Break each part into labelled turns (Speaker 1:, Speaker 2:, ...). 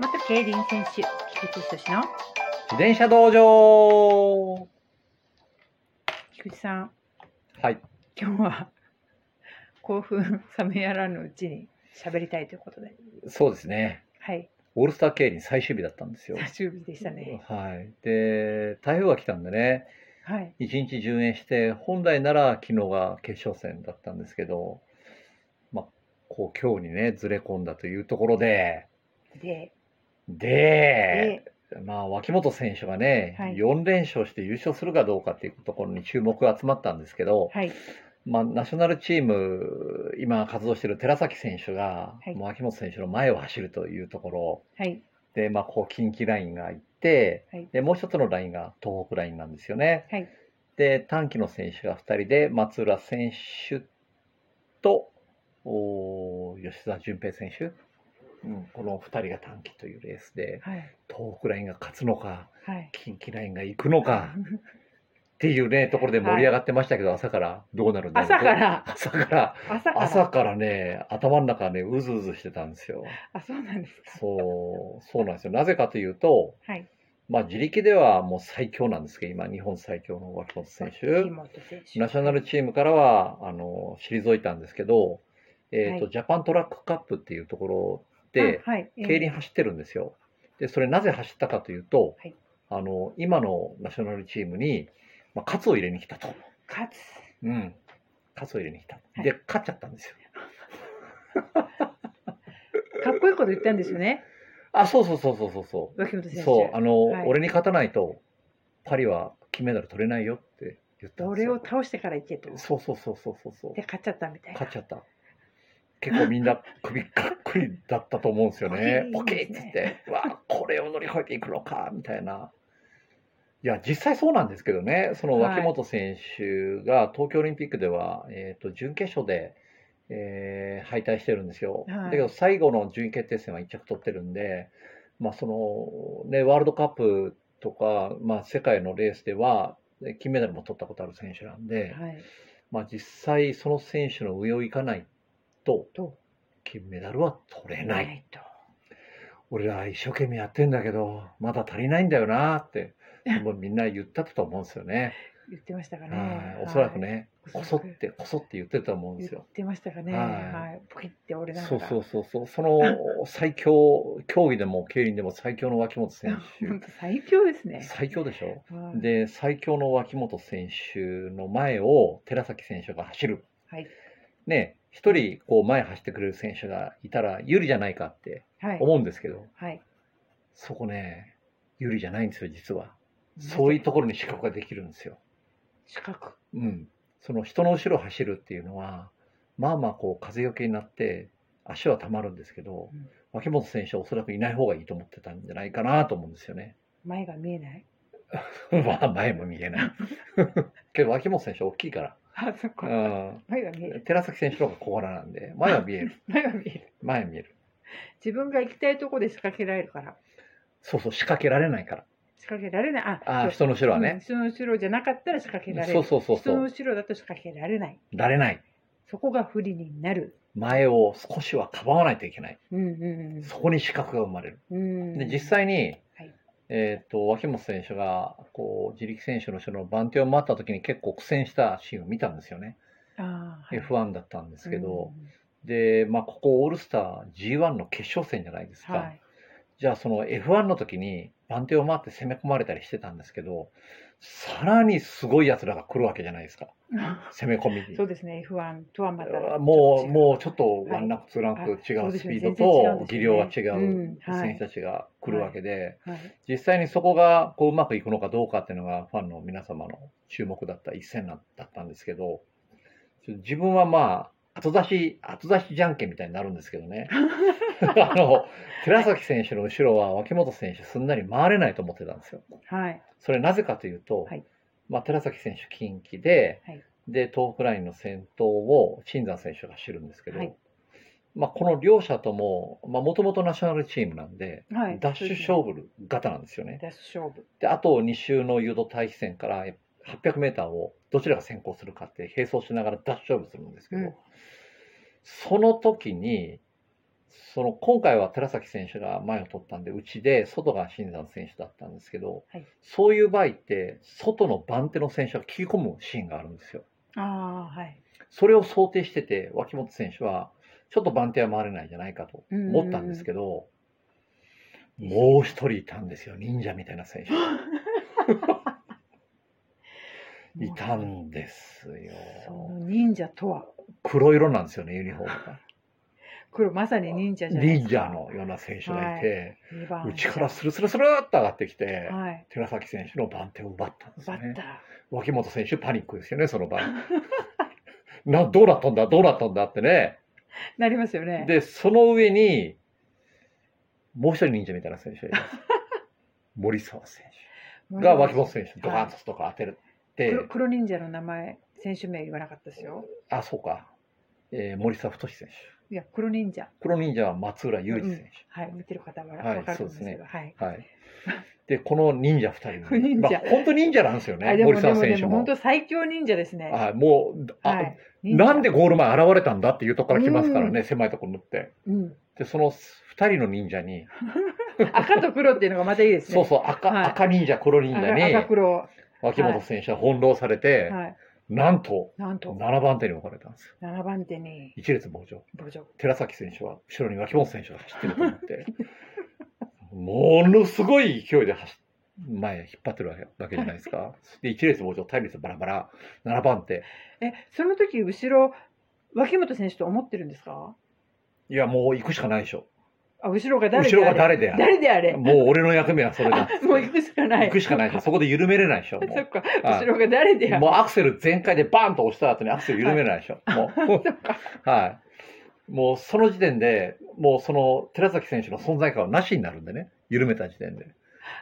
Speaker 1: 元競輪選手、菊池仁の
Speaker 2: 自転車道場
Speaker 1: 菊池さん、
Speaker 2: はい。
Speaker 1: 今日は興奮冷めやらぬうちに喋りたいということで、
Speaker 2: そうですね。
Speaker 1: はい、
Speaker 2: オールスター競輪最終日だったんですよ。
Speaker 1: 最終日でしたね。
Speaker 2: はい。で、台風が来たんでね、
Speaker 1: はい、
Speaker 2: 1日順延して、本来なら昨日が決勝戦だったんですけど、まあ、こう今日にね、ずれ込んだというところで、
Speaker 1: で、
Speaker 2: で、
Speaker 1: で
Speaker 2: まあ、脇本選手がね、
Speaker 1: はい
Speaker 2: 4連勝して優勝するかどうかっていうところに注目が集まったんですけど、
Speaker 1: はい、
Speaker 2: まあ、ナショナルチーム、今活動している寺崎選手が、
Speaker 1: はい
Speaker 2: もう秋元選手の前を走るというところ
Speaker 1: はい、
Speaker 2: で、まあ、こう近畿ラインが行って、
Speaker 1: はい
Speaker 2: でもう一つのラインが東北ラインなんですよね。
Speaker 1: はい
Speaker 2: で、短期の選手が2人で、松浦選手とおー吉田純平選手、うん、この2人が短期というレースで、
Speaker 1: はい、
Speaker 2: 東北ラインが勝つのか、
Speaker 1: はい。
Speaker 2: 近畿ラインが行くのか。っていうね、ところで盛り上がってましたけど、朝からどうなるんだろうと
Speaker 1: 朝から
Speaker 2: 朝から
Speaker 1: 朝から
Speaker 2: 朝からね、頭の中ね、うずうずしてたんですよ。
Speaker 1: あ、そうなんですか。
Speaker 2: そう、そうなんですよ。なぜかというと、
Speaker 1: はい、
Speaker 2: まあ自力ではもう最強なんですけど、今、日本最強の脇本選
Speaker 1: 杉
Speaker 2: 手。
Speaker 1: 本選手。
Speaker 2: ナショナルチームからは、あの、退いたんですけど、えっ、と、
Speaker 1: は
Speaker 2: ジャパントラックカップっていうところで、
Speaker 1: あはい、えー
Speaker 2: 競輪走ってるんですよ。で、それなぜ走ったかというと、
Speaker 1: はい
Speaker 2: あの、今のナショナルチームに、まあ、勝を入れに来たと。
Speaker 1: 勝つ。
Speaker 2: うん。勝を入れに来た。
Speaker 1: はい
Speaker 2: で、勝っちゃったんですよ。
Speaker 1: かっこいいこと言ったんですよね、
Speaker 2: あ、そうそうそうそうそうそ
Speaker 1: 脇本選
Speaker 2: う。
Speaker 1: 手。
Speaker 2: そう、あの、
Speaker 1: はい
Speaker 2: 俺に勝たないと、パリは金メダル取れないよって言ったんです
Speaker 1: 俺を
Speaker 2: よ。
Speaker 1: 倒してから行けと。で、
Speaker 2: そうそうそうそうそうそう。
Speaker 1: 勝っちゃったみたいな。。
Speaker 2: 勝っちゃった。結構みんな首かっこりだったと思うんですよねポ
Speaker 1: ポキ
Speaker 2: ケ
Speaker 1: ーン
Speaker 2: ッつって、わあ、これを乗り越えていくのか、みたいな。いや、実際そうなんですけどね、その脇本選手が東京オリンピックでは、えっと準決勝で、えー敗退してるんですよ。
Speaker 1: はい
Speaker 2: だけど、最後の順位決定戦は1着取ってるんで、まあそのね、ワールドカップとか、まあ、世界のレースでは、え金メダルも取ったことある選手なんで、
Speaker 1: はい、
Speaker 2: まあ、実際その選手の上を行かないと
Speaker 1: と
Speaker 2: 金メダルは取れない、
Speaker 1: ないと。
Speaker 2: 俺ら一生懸命やってんだけどまだ足りないんだよ なってもうみんな言ったと思うんですよね、
Speaker 1: 言ってましたか ね。
Speaker 2: はい、おそらく
Speaker 1: はい。
Speaker 2: ね
Speaker 1: お
Speaker 2: こ
Speaker 1: そ
Speaker 2: そ
Speaker 1: ら
Speaker 2: っ
Speaker 1: く
Speaker 2: てこそって言ってると思うん
Speaker 1: 言
Speaker 2: で
Speaker 1: っ
Speaker 2: すよ
Speaker 1: てましたかね。
Speaker 2: はい
Speaker 1: はい。ポキって折れなが
Speaker 2: そう
Speaker 1: ら。
Speaker 2: そうそうそうその最 強競技でも競輪でも最強の脇本選
Speaker 1: 本
Speaker 2: 手
Speaker 1: 当最強ですね。
Speaker 2: 最強でしょ
Speaker 1: はい
Speaker 2: で最強の脇本選手の前を寺崎選手が走る
Speaker 1: はい。
Speaker 2: ね、一人こう前走ってくれる選手がいたら有利じゃないかって
Speaker 1: はい。
Speaker 2: 思うんですけど、
Speaker 1: はい。
Speaker 2: そこね、有利じゃないんですよ、実は。そういうところに資格ができるんですよ。
Speaker 1: 四角。
Speaker 2: うん。その人の後ろを走るっていうのは、まあまあこう風よけになって、足はたまるんですけど
Speaker 1: うん、
Speaker 2: 脇本選手はおそらくいない方がいいと思ってたんじゃないかなと思うんですよね。
Speaker 1: 前が見えない。
Speaker 2: まあ前も見 えない。けど脇本選手大きいから。
Speaker 1: あそっ
Speaker 2: う
Speaker 1: か。
Speaker 2: ん。
Speaker 1: 前が見える。
Speaker 2: 寺崎選手の方が小柄なんで、前は見える。
Speaker 1: 前が見える。
Speaker 2: 前は見える。
Speaker 1: 自分が行きたいところで仕掛けられるから。
Speaker 2: そうそう、仕掛けられないから。
Speaker 1: 仕掛けられない。あ、
Speaker 2: ああ、
Speaker 1: そう
Speaker 2: 人の後ろは
Speaker 1: うん
Speaker 2: ね。
Speaker 1: 人の後ろじゃなかったら仕掛けられる。
Speaker 2: そうそうそう
Speaker 1: 人
Speaker 2: そ
Speaker 1: の
Speaker 2: う。
Speaker 1: 後ろだと仕掛けられない。
Speaker 2: だれない。
Speaker 1: そこが不利になる。
Speaker 2: 前を少しはかばわないといけない。
Speaker 1: うんうん
Speaker 2: そこに資格が生まれる。
Speaker 1: うん。うん
Speaker 2: で、実。際に、
Speaker 1: はい
Speaker 2: えっ、と、脇本選手が、こう、自力選手の後ろの番手を待った時に結構苦戦したシーンを見たんですよね。
Speaker 1: ああ。で
Speaker 2: F1 だったんですけど、。で、まあ、ここオールスター G1 の決勝戦じゃないですか。
Speaker 1: はい。
Speaker 2: じゃあ、その F1 の時に番手を待って攻め込まれたりしてたんですけど、さらにすごい奴らが来るわけじゃないですか。攻め込み に。
Speaker 1: そうですね。F1 とはまた。
Speaker 2: も
Speaker 1: う。
Speaker 2: う、もうちょっとワンランク、ツーランク違
Speaker 1: そう
Speaker 2: う
Speaker 1: で
Speaker 2: ス
Speaker 1: す
Speaker 2: ピ
Speaker 1: ね
Speaker 2: ード
Speaker 1: 全然違うん
Speaker 2: と
Speaker 1: です
Speaker 2: 技
Speaker 1: よね
Speaker 2: 量が違う
Speaker 1: うんはい
Speaker 2: 選手たちが来るわけで、
Speaker 1: はい。
Speaker 2: 実際にそこがこううまくいくのかどうかっていうのがファンの皆様の注目だった一戦なんだったんですけど、ちょ自分はまあ、後出し、後出しじゃんけんみたいになるんですけど ね。あの、寺崎選手の後ろは脇本選手すんなり回れないと思ってたんですよ。
Speaker 1: はい。
Speaker 2: それなぜかというと、
Speaker 1: はい
Speaker 2: まあ、寺崎選手近畿で、
Speaker 1: はい
Speaker 2: で東北ラインの先頭を新山選手が走るんですけど、
Speaker 1: はい
Speaker 2: まあ、この両者とももともとナショナルチームなんで、
Speaker 1: はい。
Speaker 2: ダッシュ勝負型なんですよね。
Speaker 1: ダッシュ勝負。
Speaker 2: であと2周の誘導対比戦から 800m をどちらが先行するかって並走しながらダッシュ勝負するんですけど、
Speaker 1: うん
Speaker 2: その時にその今回は寺崎選手が前を取ったんで、うちで外が新山選手だったんですけど、
Speaker 1: はい
Speaker 2: そういう場合って、外の番手の選手が切り込むシーンがあるんですよ。
Speaker 1: ああ、はい。
Speaker 2: それを想定してて、脇本選手は、ちょっと番手は回れないんじゃないかと
Speaker 1: うん
Speaker 2: 思ったんですけど、もう一人いたんですよ、忍者みたいな選手。いたんですよ。
Speaker 1: その忍者とは、
Speaker 2: 黒色なんですよね、ユニフォームが。
Speaker 1: これまさに忍者じゃない
Speaker 2: 忍者のような選手がいて、
Speaker 1: 二番
Speaker 2: うちからスルスルスルーっと上がってきて、
Speaker 1: はい。
Speaker 2: 寺崎選手の番手を奪ったんです
Speaker 1: 奪
Speaker 2: ね
Speaker 1: っ。た。
Speaker 2: 脇本選手パニックですよね、その場合。 などうなったんだ、どうなったんだってね。
Speaker 1: なりますよね。
Speaker 2: で、その上に、もう一人忍者みたいな選手が います。森沢選手が脇本選手、ドカンととか当てるって、
Speaker 1: 黒黒忍者の名前、選手名言わなかったですよ。
Speaker 2: あ、そうか、えー森沢太志選手。
Speaker 1: いや、黒忍者。
Speaker 2: 黒忍者は松浦雄二選
Speaker 1: はい、見てる方は
Speaker 2: はい
Speaker 1: わかると思うんですけど。はい。
Speaker 2: 手。はい。で、この忍者二人、
Speaker 1: 忍者
Speaker 2: まあ、本当忍者なんですよ
Speaker 1: あ
Speaker 2: ね、
Speaker 1: でも
Speaker 2: 森
Speaker 1: で
Speaker 2: 沢
Speaker 1: も
Speaker 2: 選
Speaker 1: で
Speaker 2: 手
Speaker 1: も
Speaker 2: も
Speaker 1: 本。当最強忍者ですね。
Speaker 2: はい、もう、あ
Speaker 1: はい。忍者
Speaker 2: なんでゴール前現れたんだっていうとこから来ますからね、狭いところに打って。
Speaker 1: うん。
Speaker 2: で、その2人の忍者に、
Speaker 1: 赤と黒っていうのがまたいいですね。
Speaker 2: そうそう、赤,、
Speaker 1: はい
Speaker 2: 赤忍者、黒忍者に、
Speaker 1: 赤黒。
Speaker 2: 脇本選手は翻弄されて、
Speaker 1: はい。
Speaker 2: なんと、
Speaker 1: なんと、
Speaker 2: 7番手に置かれたんですよ。
Speaker 1: 7番手に、
Speaker 2: 一列傍聴。
Speaker 1: ボジョ。
Speaker 2: 寺崎選手は後ろに脇本選手が走ってると思って、 ものすごい勢いで走っ前へ引っ張ってるわけじゃないですか。で、一列傍聴、隊列バラバラ、7番手。
Speaker 1: え、その時、後ろ、脇本選手と思ってるんですか
Speaker 2: いや、もう行くしかないでしょ。
Speaker 1: あ、後ろが誰
Speaker 2: 後
Speaker 1: で
Speaker 2: ろが
Speaker 1: あれ
Speaker 2: 誰であれ。
Speaker 1: 誰であれ
Speaker 2: もう俺の役目はそれだ。
Speaker 1: もう行くしかない。
Speaker 2: 行くしかないです。そこで緩めれないでしょ。も
Speaker 1: そっか、
Speaker 2: はい
Speaker 1: 後ろが誰で
Speaker 2: う
Speaker 1: や
Speaker 2: もうアクセル全開でバーンと押した後にアクセル緩めないでしょ。も
Speaker 1: そっか。
Speaker 2: うはい。もうその時点で、もうその寺崎選手の存在感はなしになるんでね。緩めた時点で。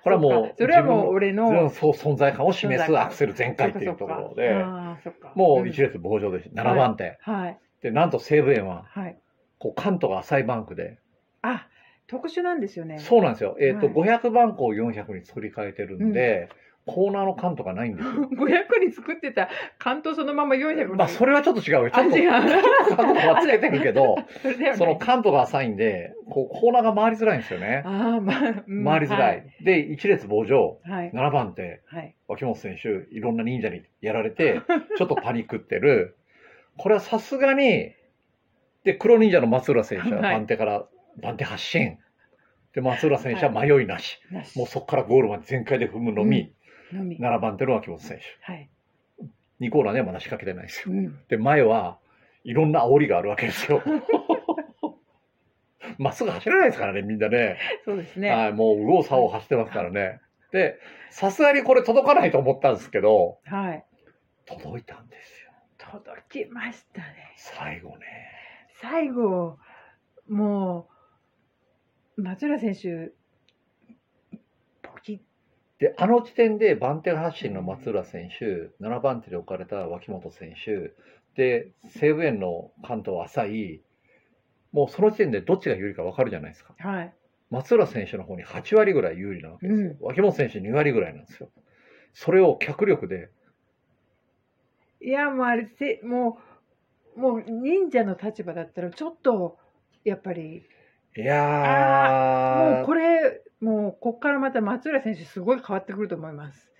Speaker 2: これはもう
Speaker 1: そっか、それはもう俺
Speaker 2: 自分
Speaker 1: の
Speaker 2: の、そう存在感を示
Speaker 1: 存在
Speaker 2: す
Speaker 1: 感
Speaker 2: アクセル全開っていうところで、
Speaker 1: ああ、そっか。
Speaker 2: もう一
Speaker 1: ん
Speaker 2: 列傍上でし7番手。
Speaker 1: はい、
Speaker 2: で、なんと西武園は、
Speaker 1: はい。
Speaker 2: こう、関東が浅いバンクで、
Speaker 1: あ、特殊なんですよね。
Speaker 2: そうなんですよ。えっ、と、
Speaker 1: は
Speaker 2: 500バンクを400に作り替えてるんで、コーナーの関東がな いんですよ。
Speaker 1: 500に作ってた関東そのまま400に。
Speaker 2: まあ、それはちょっと違うよ。ち
Speaker 1: あ
Speaker 2: ょっと
Speaker 1: 違う。
Speaker 2: 角度はつけてるけど、
Speaker 1: それだよね。
Speaker 2: その関東が浅いんで、こう、コーナーが回りづらいんですよね。
Speaker 1: ああ、まあ、うん
Speaker 2: 回りづらい。。で、一列傍上、
Speaker 1: はい。
Speaker 2: 7番手、
Speaker 1: はい。
Speaker 2: 脇本選手、いろんな忍者にやら れて、ちょっとパニックってる。これはさすがに、で、黒忍者の松浦選手は
Speaker 1: はい
Speaker 2: 番手から、番手発進。で、松浦選手は迷いなし。
Speaker 1: なし
Speaker 2: もうそこからゴールまで全開で踏むのみ、
Speaker 1: のみ。
Speaker 2: 7番手の脇本選手。
Speaker 1: はい。
Speaker 2: 2コーナーではまだ仕掛けてないですよ
Speaker 1: う。ん。
Speaker 2: で、前はいろんな煽りがあるわけですよ。まっすぐ走らないですからね、みんなね。
Speaker 1: そうですね。
Speaker 2: はい、もう右往左往走ってますからね。で、さすがにこれ届かないと思ったんですけど、
Speaker 1: はい。
Speaker 2: 届いたんですよ。
Speaker 1: 届きましたね。
Speaker 2: 最後ね。
Speaker 1: 最後、もう、松浦選手、ポキッ
Speaker 2: で、あの時点で番手発進の松浦選手、7番手で置かれた脇本選手、で、西武園の関東浅い、もうその時点でどっちが有利か分かるじゃないですか。
Speaker 1: はい。
Speaker 2: 松浦選手の方に8割ぐらい有利なわけですよ。
Speaker 1: う
Speaker 2: 脇本選手2割ぐらいなんですよ。それを脚力で、
Speaker 1: いや、もうあれ、せもう、もう忍者の立場だったら、ちょっと、やっぱり、
Speaker 2: い
Speaker 1: も
Speaker 2: や
Speaker 1: う
Speaker 2: ー、
Speaker 1: これ、もう、こっからまた松浦選手、すごい変わってくると思います。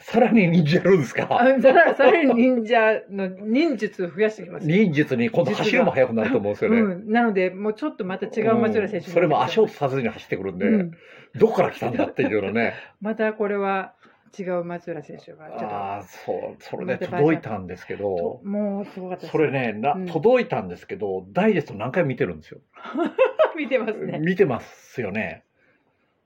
Speaker 2: さらに忍者やるんです
Speaker 1: あ
Speaker 2: か
Speaker 1: だから、それに忍者の忍術を増やしてきます。
Speaker 2: 忍術に今度走るも速くなると思うんですよね。
Speaker 1: うん、なので、もうちょっとまた違う松浦選手、
Speaker 2: うんそれも足をさずに走ってくるんで、
Speaker 1: うん
Speaker 2: どこから来たんだっていうようなね。
Speaker 1: またこれは違う松浦選手が ちょっ
Speaker 2: ああ、そう、それで届いたんですけ
Speaker 1: と
Speaker 2: ど、
Speaker 1: もうすごかったです
Speaker 2: それね、な
Speaker 1: うん
Speaker 2: 届いたんですけど、ダイジェスト何回も見てるんですよ。
Speaker 1: 見てますね
Speaker 2: 見てますよね。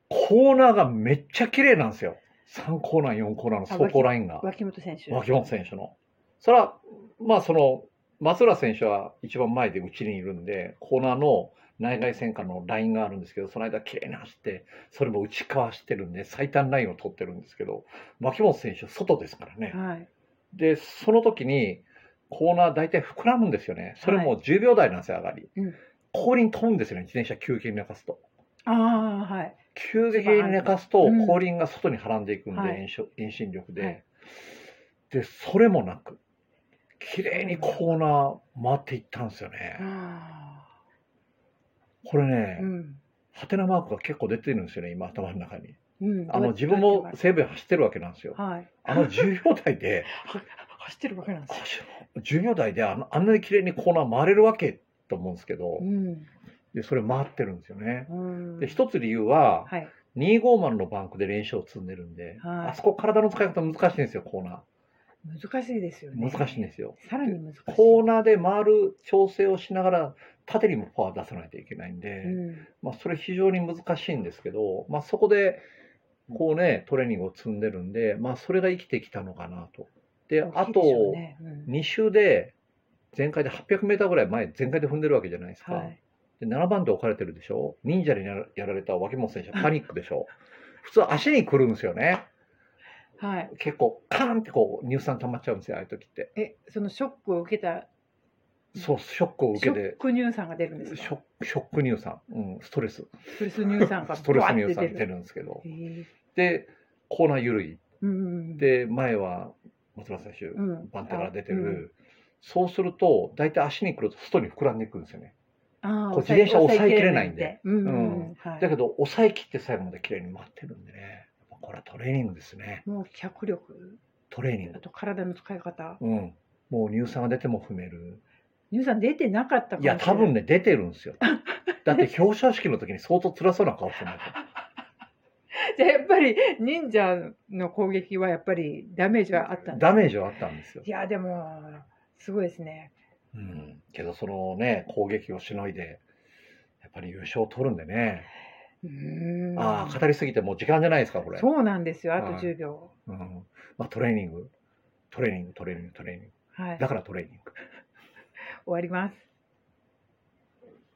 Speaker 2: コーナーがめっちゃ綺麗なんですよ。3コーナー、4コーナーの走行ラインが。
Speaker 1: 脇本選手
Speaker 2: 脇本選手の。それは、まあその、松浦選手は一番前でうちにいるんで、コーナーの内外線下のラインがあるんですけど、その間綺麗に走って、それも内側走ってるんで、最短ラインを取ってるんですけど、脇本選手は外ですからね。
Speaker 1: はい
Speaker 2: で、その時に、コーナー大体膨らむんですよね。それも10秒台なんですよ、上がり。
Speaker 1: うん
Speaker 2: 後輪飛ぶんですよね、自転車急激に寝かすと。
Speaker 1: ああはい
Speaker 2: 急激に寝かすと
Speaker 1: うん
Speaker 2: 後輪が外にはらんでいくんで、
Speaker 1: はい
Speaker 2: 遠心遠心力で、
Speaker 1: はい
Speaker 2: でそれもなく綺麗にコーナー回っていったんですよね、
Speaker 1: あ
Speaker 2: これね、
Speaker 1: うん。
Speaker 2: ハテナマークが結構出てるんですよね、今頭の中に。
Speaker 1: うん。
Speaker 2: あの、自分も西武走ってるわけなんですよ。
Speaker 1: はい。
Speaker 2: あの10秒台で、
Speaker 1: は走ってるわけなんですよ。
Speaker 2: 10秒台であのあんなに綺麗にコーナー回れるわけと思うんですけど
Speaker 1: う、ん。
Speaker 2: で、それ回ってるんですよね。
Speaker 1: うん。
Speaker 2: で、一つ理由は、
Speaker 1: はい。
Speaker 2: 250のバンクで練習を積んでるんで、
Speaker 1: はい
Speaker 2: あそこ体の使い方難しいんですよ、コーナ
Speaker 1: 難しいですよね。
Speaker 2: ー。難しいんですよ。
Speaker 1: さらに難しい。
Speaker 2: コーナーで回る調整をしながら、縦にもパワー出さないといけないんで、
Speaker 1: うん。
Speaker 2: まあ、それ非常に難しいんですけど、まあ、そこでこうねトレーニングを積んでるんで、まあ、それが生きてきたのかなと。であ
Speaker 1: 大きい
Speaker 2: と
Speaker 1: でしょうねうん
Speaker 2: 2周で全開で 800m ぐらい前全開で踏んでるわけじゃないですか、
Speaker 1: はい。
Speaker 2: で7番で置かれてるでしょ忍者にやらやられた脇本 選手はパニックでしょ普通足にくるんですよね
Speaker 1: はい。
Speaker 2: 結構カーンってこう乳酸溜まっちゃうんですよああいう時って
Speaker 1: え、そのショックを受けた。
Speaker 2: そうショックを受
Speaker 1: シ
Speaker 2: け
Speaker 1: ョッ
Speaker 2: て
Speaker 1: ク乳酸が出るんです
Speaker 2: シ
Speaker 1: か。
Speaker 2: ョックショック乳酸、うん、ストレス
Speaker 1: ストレス乳酸が。
Speaker 2: ストレス乳酸
Speaker 1: ブワーって
Speaker 2: 出るんですけど
Speaker 1: へえ
Speaker 2: でコーナー緩い
Speaker 1: うんうんうん。
Speaker 2: で前は松原選手、
Speaker 1: うん
Speaker 2: バンタから出てる、そうすると大体足に来ると外に膨らんでいくんですよね
Speaker 1: ああ
Speaker 2: こう自転車抑えきれないんで。
Speaker 1: 抑えきれなうん
Speaker 2: う
Speaker 1: うんはい
Speaker 2: だけど抑えきって最後まで綺麗に回ってるんでねやっぱこれはトレーニングですね
Speaker 1: もう脚力、
Speaker 2: トレーニン
Speaker 1: あ
Speaker 2: グ
Speaker 1: と体の使い方。
Speaker 2: うんもう乳酸が出ても踏める
Speaker 1: 乳酸出てなかったかも
Speaker 2: い
Speaker 1: しれ
Speaker 2: や
Speaker 1: な
Speaker 2: 多分ね出てるんですよだって表彰式の時に相当辛そうな顔してました
Speaker 1: じゃあやっぱり忍者の攻撃はやっぱりダメージはあったんだ。
Speaker 2: ダメージはあったんですよ
Speaker 1: い、やでもすごいですね。
Speaker 2: うん、けどそのね攻撃をしのいでやっぱり優勝を取るんでね、
Speaker 1: うーん
Speaker 2: ああ語りすぎてもう時間じゃないですかこれ
Speaker 1: そうなんですよ。あと
Speaker 2: はい
Speaker 1: 10秒。
Speaker 2: うんまあ、トレーニング、トレーニング、トレーニング、トレーニング。
Speaker 1: はい。終
Speaker 2: だからトレーニング。
Speaker 1: わります。